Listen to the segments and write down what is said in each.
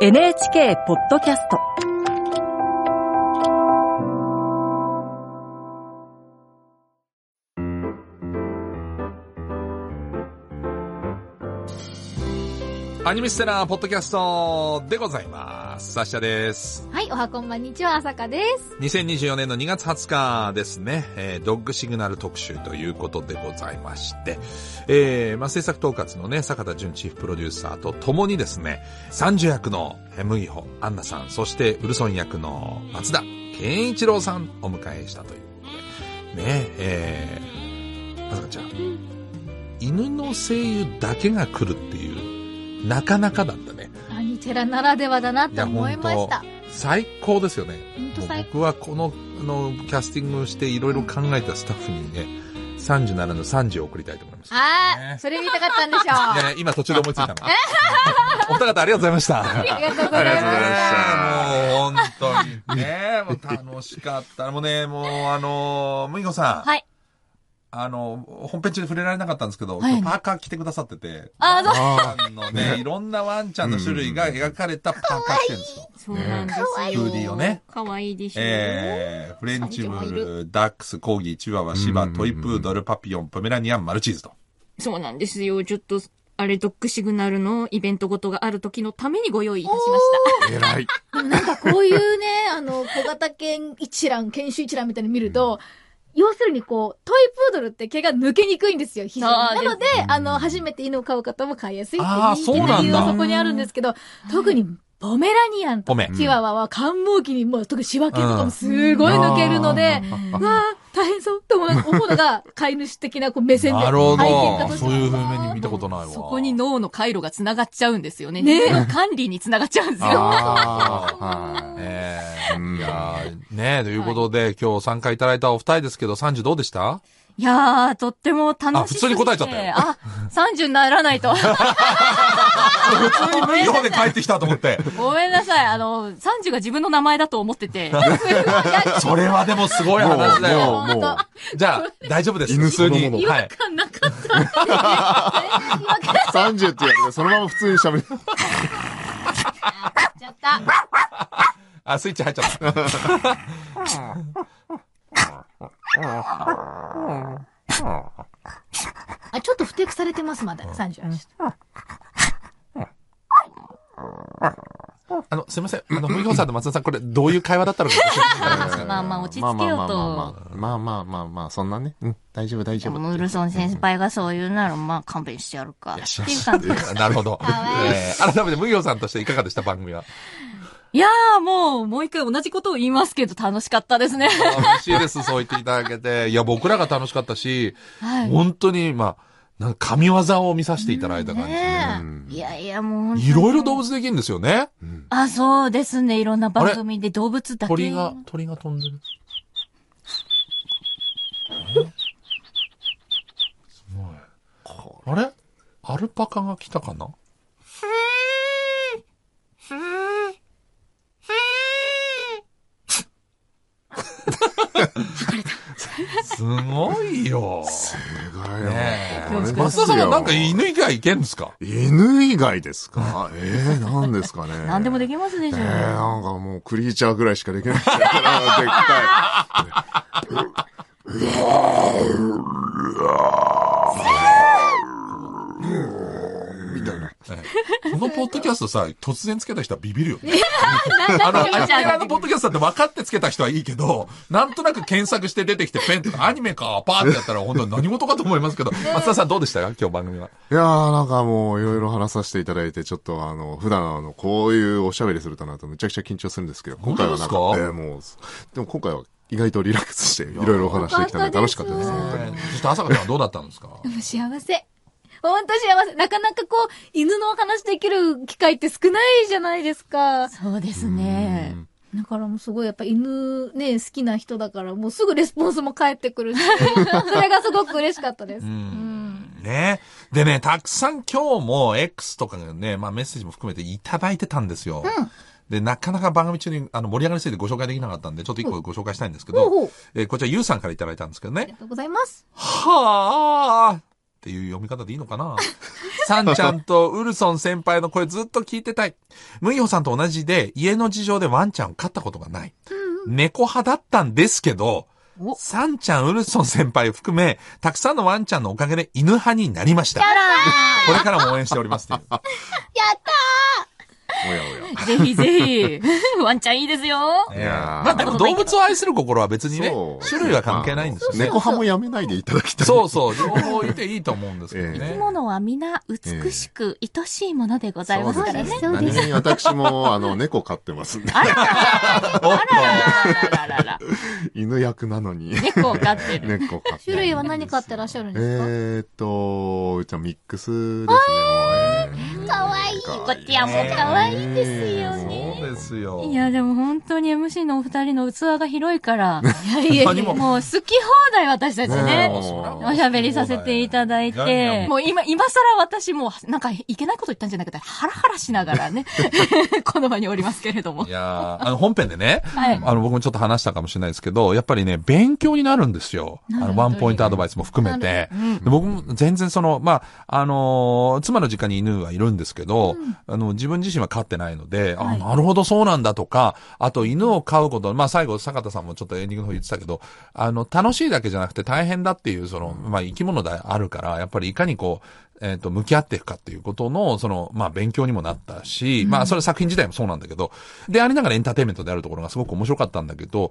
NHK ポッドキャストアニメステラーポッドキャストでございます。サッシャです。はい、おはこんばんにちは、あさかです。 2024年の2月20日ですね、えードッグシグナル特集ということでございまして、えー、まあ、制作統括のね、坂田純チーフプロデューサーと共にですね、30役のえー麦穂アンナさん、そしてウルソン役の松田健一郎さんをお迎えしたということで、ね、えー、まさかちゃん、犬の声優だけが来るっていう、なかなかだったね。何寺ならではだなと思いました。最高ですよね。本当もう最僕はこの、あの、キャスティングをしていろいろ考えたスタッフにね、37の30を送りたいと思います。あねー、それ見たかったんでしょう。あね、今途中で思いついたの。お二方ありがとうございま した。ありがりがとうございありがとうございま。ますもう本当にね、もう楽しかった。もうね、もうあの、むいごさん。はい。あの、本編中で触れられなかったんですけど、はいパーカー着てくださってて、あー、ワンちゃんのね、いろんなワンちゃんの種類が描かれたパーカー着てるんですよ。そうなんですねよ。フーディーをね。かわいいでしょ。えー、フレンチブ三匹もいル、ダックス、コーギー、チワワ、シバ、トイプードル、パピヨン、ポメラニアン、マルチーズと。そうなんですよ。ちょっと、あれ、ドックシグナルのイベントごとがある時のためにご用意いたしましえらい。そう なんだ。なんかこういうね、あの、小型犬一覧、研修一覧みたいに見ると、要するにこう、トイプードルって毛が抜けにくいんですよ、非常そに。うですなので、あの、初めて犬を飼う方も飼いやすいってあーいうそうなんだ理由はそこにあるんですけど、特にポメラニアンポとメ。チワワは寒毛期にもう特に仕分けとかもすごい抜けるので、うわあ、大変そうと思うのが、飼い主的なこう目線で。なるほ入ってどった。としてそういう風に見たことないわ。た。そこに脳の回路が繋がっちゃうんですよね。ねねの管理に繋がっちゃうんですよ。あえあ。うんー、いやーねということで、今日参加いただいたお二人ですけど、30どうでしたいやー、とっても楽しみ。あ普通に答えちゃったよあ、30にならないと。普通に無理で帰ってきたと思って。ごめんなさい。あの、30が自分の名前だと思っ てて。それはでもすごい話だよ。もう、もじゃあ、大丈夫です。犬そのも普通のに違は和い。感なかった。う、30って言われて、そのまま普通に喋る。ちゃった。あ、スイッチ入っちゃった。 あ、ちょっと不適されてます、まだ。38。あの、すいません。あの、麦穂さんと松田さん、これ、どういう会話だったのか教えてもらえますか。まあまあ落ち着けよとまあまあまあまあまあまあまあまあまあ、そんなね。うん、大丈夫大丈夫。ウルソン先輩がそう言うなら、まあ勘弁してやるか。っていう感じ。なるほど。わいいえー改めて、麦穂さんとしていかがでした、番組は。いやー、もう、もう一回同じことを言いますけど、楽しかったですね。嬉しいです、そう言っていただけて。いや、僕らが楽しかったし、はい。本当に、まあ、なんか神業を見させていただいた感じで、ねうんえ。いやいや、もう本当にいろいろ動物できるんですよね。あ、そうですね。いろんな番組で動物だけ。鳥が、鳥が飛んでる。すごい。あれアルパカが来たか なすごいよ。すごいよねえこれですよ松田さんはなんか犬以外いけんですか犬以外ですかええ、何ですかね。何でもできますでしえょ。え、なんかもうクリーチャーぐらいしかできないから、でっかこのポッドキャストさ、突然つけた人はビビるよね。あなの、んだアっニけメじゃラあのポッドキャストだって分かってつけた人はいいけど、なんとなく検索して出てきてペンとかアニメか、パーってやったら本当に何事かと思いますけど、松田さんどうでしたか今日番組は。い。いやー、なんかもういろいろ話させていただいて、ちょっとあの、普段あの、こういうおしゃべりするとなるとめちゃくちゃ緊張するんですけど、今回はなんか、本当えですえもう、でも今回は意外とリラックスして、いろいろお話できたので楽しかったです、本当に。そして朝香ちゃんはどうだったんですか幸せ。ほんと幸せ。なかなかこう、犬のお話できる機会って少ないじゃないですか。そうですね。だからもうすごいやっぱ犬ね、好きな人だから、もうすぐレスポンスも返って くるし、それがすごく嬉しかったです。うん。ねでね、たくさん今日も X とかがね、まあメッセージも含めていただいてたんですよ。で、なかなか番組中にあの盛り上がりすぎてご紹介できなかったんで、ちょっと一個ご紹介したいんですけほうど、ほう。えーこちらゆうさんからいただいたんですけどありね。がとうございます。はあ、っていう読み方でいいのか なサンちゃんとウルソン先輩の声ずっと聞いてたい。ムイホさんと同じで、家の事情でワンちゃんを飼ったことがない。猫派だったんですけど、おサンちゃん、ウルソン先輩含め、たくさんのワンちゃんのおかげで犬派になりました。これからも応援しておりますっていう。おやおや。ぜ ひぜひ。ワンちゃ んいいですよ。いややーまあでも動物を愛する心は別にねそ、う種類は関係ないんですよまあね。猫派もやめないでいただきたい。そうそう、両方いていいと思うんですけどええね。生き物は皆美しく愛しいものでございますからね。そうです何気に私も、あの、猫飼ってます んで。あららららららら らら。犬役なのに。猫を飼ってる。猫飼ってます種類は何飼ってらっしゃるんですか、えーっと、うちはミックスですね。かわいいかこっちはもう可愛いんですよね。そうですよ。いや、でも本当に MC のお二人の器が広 いから、いやいや他にももう好き放題私たちねね、えおしゃべりさせていただいややて、もう今、今更私もうなんかいけないこと言ったんじゃなくて、ハラハラしながら ね、この場におりますけれどもい。やーあの本編でね、はい。あの僕もちょっと話したかもしれないですけど、やっぱりね、勉強になるんですよ。あの、ワンポイントアドバイスも含めて。で僕も全然その、まあ、あのー妻の実家に犬はいるんですけど、あの、自分自身は飼ってないので、あ、なるほどそうなんだとか、あと犬を飼うこと、まあ、最後、坂田さんもちょっとエンディングの方言ってたけど、あの、楽しいだけじゃなくて大変だっていう、その、まあ、生き物であるから、やっぱりいかにこう、えっ、と、向き合っていくかっていうことの、その、まあ、勉強にもなったし、まあ、それ作品自体もそうなんだけど、で、ありながらエンターテインメントであるところがすごく面白かったんだけど、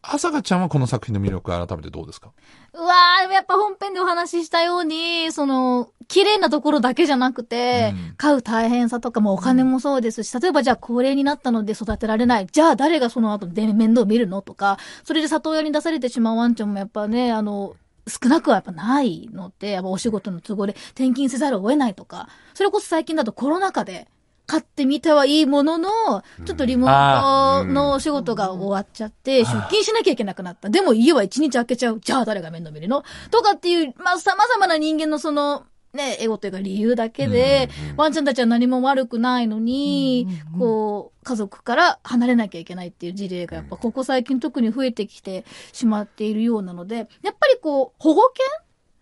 朝香ちゃんはこの作品の魅力改めてどうですかうわー、でもやっぱ本編でお話ししたように、その、綺麗なところだけじゃなくて、うん飼う大変さとかもお金もそうですし、例えばじゃあ高齢になったので育てられない。じゃあ誰がその後で面倒見るのとか、それで里親に出されてしまうワンちゃんもやっぱね、あの、少なくはやっぱないので、やっぱお仕事の都合で転勤せざるを得ないとか、それこそ最近だとコロナ禍で、飼ってみてはいいものの、ちょっとリモートのお仕事が終わっちゃって、出勤しなきゃいけなくなった。でも家は一日開けちゃう。じゃあ誰が面倒見るのとかっていう、まあ、様々な人間のその、ね、エゴというか理由だけで、ワンちゃんたちは何も悪くないのに、こう、家族から離れなきゃいけないっていう事例がやっぱここ最近特に増えてきてしまっているようなので、やっぱりこう、保護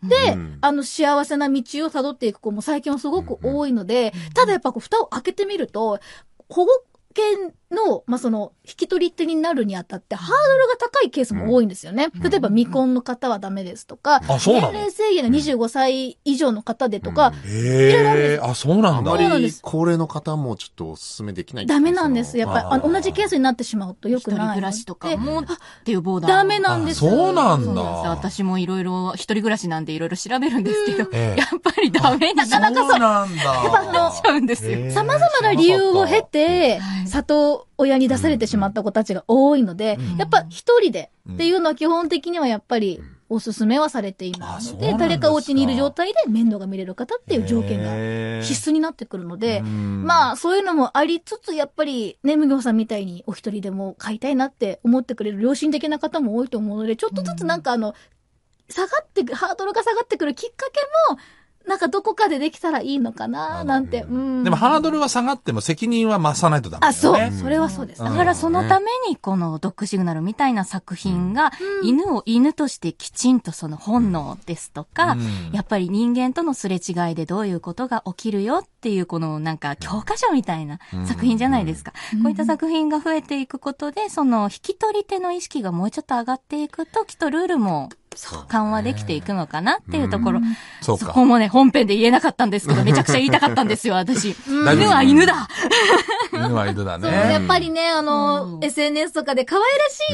犬で、うんあの、幸せな道を辿っていく子も最近はすごく多いので、ただやっぱこう、蓋を開けてみると、保護犬の、まあ、その、引き取り手になるにあたって、ハードルが高いケースも多いんですよね。例えば、未婚の方はダメですとか、あそうなの年齢制限が25歳以上の方でとか、ええあ、そうなあんんだま。そうなんでりす高齢の方もちょっとお勧めできないっていダうメなんです。やっぱり、あーあの、同じケースになってしまうと良一く人ないので。暮らしとかもっていうボーダーも。ダメなんですよあそうなんだそうなんですよ私もいろいろ、一人暮らしなんでいろいろ調べるんですけど、ええやっぱりダメにななかなかそうなんだ。っちゃうんですよ。様々な理由を経ては、い里親に出されてしまった子たちが多いので、うんやっぱ一人でうんっていうのは基本的にはやっぱりおすすめはされていまあすのそうで、なんですか誰かお家にいる状態で面倒が見れる方っていう条件が必須になってくるので、あ、まあそういうのもありつつ、やっぱりね、むぎょさんみたいにお一人でも飼いたいなって思ってくれる良心的な方も多いと思うので、ちょっとずつなんかあの、下がってく、ハードルが下がってくるきっかけも、なんかどこかでできたらいいのかななんて。うん。でもハードルは下がっても責任は増さないとダメだよあ、ね。そう。それはそうです。うんだからそのためにこのドッグシグナルみたいな作品がうん犬を犬としてきちんとその本能ですとか、うんやっぱり人間とのすれ違いでどういうことが起きるよっていうこのなんか教科書みたいな作品じゃないですか。うんこういった作品が増えていくことでその引き取り手の意識がもうちょっと上がっていくときっとルールも緩和できていくのかなっていうところ。そうそかこ。もね、本編で言えなかったんですけど、めちゃくちゃ言いたかったんですよ、私。大丈夫犬は犬だ犬は犬だそう、やね。っぱりね、あの、うん SNS とかで可愛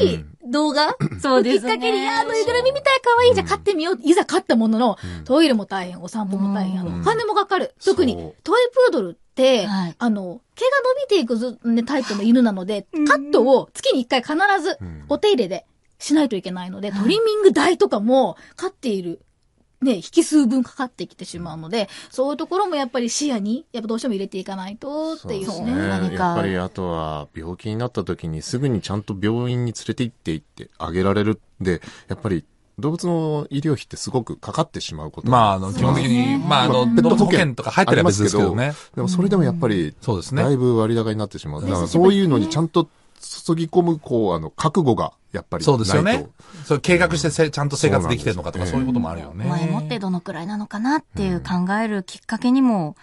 らしい動画、そうきでっすね。かけに、あー、ぬいぐるみみたい可愛いじゃん、飼ってみよう。いざ飼ったものの、トイレも大変、お散歩も大変、あうんの、お金もかかる。特に、そトイうプードルって、はいあの、毛が伸びていくず、ね、タイプの犬なので、カットを月に一回必ずん、お手入れでしないといけないので、トリミング代とかも、飼っている。ね、引き数分かかってきてしまうので、そういうところもやっぱり視野に、やっぱどうしても入れていかないとっていうね。そうね何かやっぱりあとは病気になった時にすぐにちゃんと病院に連れて行って行ってあげられるでやっぱり動物の医療費ってすごくかかってしまうことまあ、あの、基本的に、まあ、あの、動物保険とか入ってれば別ですけどありねま。すけどでもそれでもやっぱり、そうですねだいぶ割高になってしまう。だからそういうのにちゃんと注ぎ込む、こう、あの、覚悟がやっぱりないと。そうですよね。そう計画してせちゃんと生活できてるのかとか、そうそなうんいうことですよもあるよね。前もってどのくらいなのかなっていう考えるきっかけにも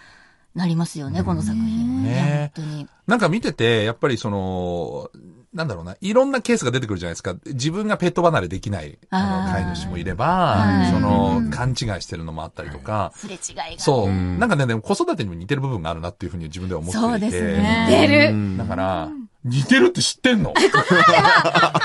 なりますよね、この作品。ねいや本当に。なんか見てて、やっぱりその、なんだろうな、いろんなケースが出てくるじゃないですか。自分がペット離れできない、あの、あー飼い主もいれば、はいそのう、ん勘違いしてるのもあったりとか、すれ違いが。そう、うんなんかね、でも子育てにも似てる部分があるなっていうふうに自分では思っていて。そうですうんね。出るうんだから、似てるって知ってんのち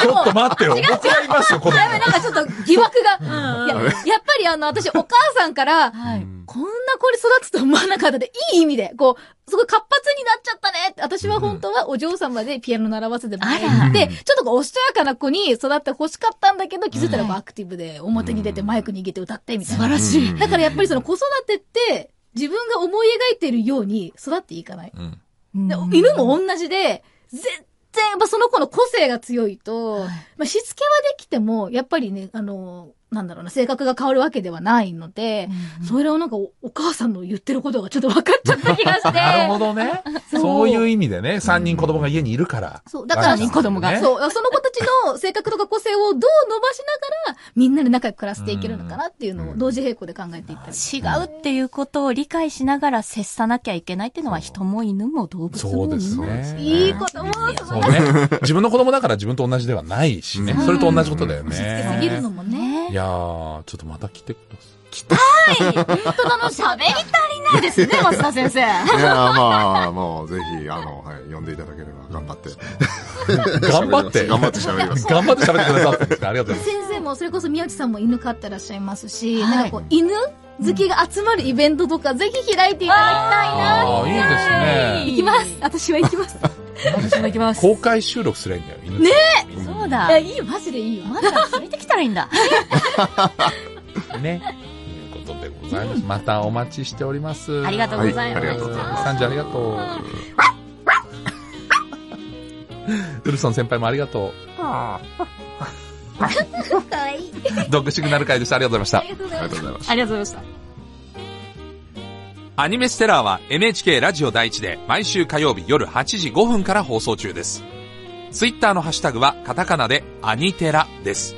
ょっと待ってよ。僕やりますよ、この。なんかちょっと疑惑が。いや、やっぱりあの、私、お母さんから、はい。こんな子に育つと思わなかったで、いい意味で、こう、すごい活発になっちゃったねって私は本当はお嬢様でピアノ習わせてもらあらって、ちょっとこうおしとやかな子に育って欲しかったんだけど、気づいたらこうアクティブで表に出てマイク握って歌ってみたいな。素晴らしいだからやっぱりその子育てって、自分が思い描いているように育っていかない。うん。うんで犬も同じで、絶対、やっぱその子の個性が強いと、まあ、しつけはできても、やっぱりね、あの、なんだろうな、性格が変わるわけではないので、それをなんかおお母さんの言ってることがちょっと分かっちゃった気がして。なるほどね。そういう意味でね、3人子供が家にいるから。そう、だから、さらに子供がねそう、その子たちの性格とか個性をどう伸ばしながら、みんなで仲良く暮らしていけるのかなっていうのを同時並行で考えていったり。違うっていうことを理解しながら接さなきゃいけないっていうのは人も犬も動物そうもでみすんな。ね。いいことも、そう ね。自分の子供だから自分と同じではないしね。うんそれと同じことだよしつけすぎるのね。もね。ねいやー、ちょっとまた来てください。本当だの喋りたいえ。ですね、松田先生。いや、まあ、もう、ぜひ、あの、はい、呼んでいただければ、頑張って。 頑張って。 頑張って喋ります。頑張って喋ってくださってるんですかありがとうござい先生も、それこそ宮内さんも犬飼ってらっしゃいますし、はいなんかこう、犬好きが集まるイベントとか、ぜひ開いていただきたいな。あーいいですね行きます。私は行きます。私も行きまます。す。公開収録すりゃいいんだよ、犬。ねそういや、だ。いいよ、マジでいいよ。まだ連れてきたらいいんだ。ね。ということでございます。またお待ちしております。ありがとうございまはす。いありがとうございますサンジありがとう。ウルソン先輩もありがとかわいい。う。ドッグシグナル会でした。ありがとうござあいまりしがとうござあいますりがとうございましたありがとうございました。た。アニメステラーは NHK ラジオ第一で毎週火曜日夜8時5分から放送中です。ツイッターのハッシュタグはカタカナでアニテラです。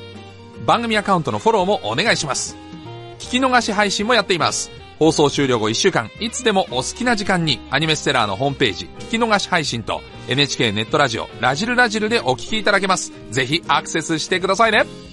番組アカウントのフォローもお願いします。聞き逃し配信もやっています。放送終了後1週間、いつでもお好きな時間にアニメステラーのホームページ、聞き逃し配信と NHK ネットラジオ、ラジルラジルでお聞きいただけます。ぜひアクセスしてくださいね。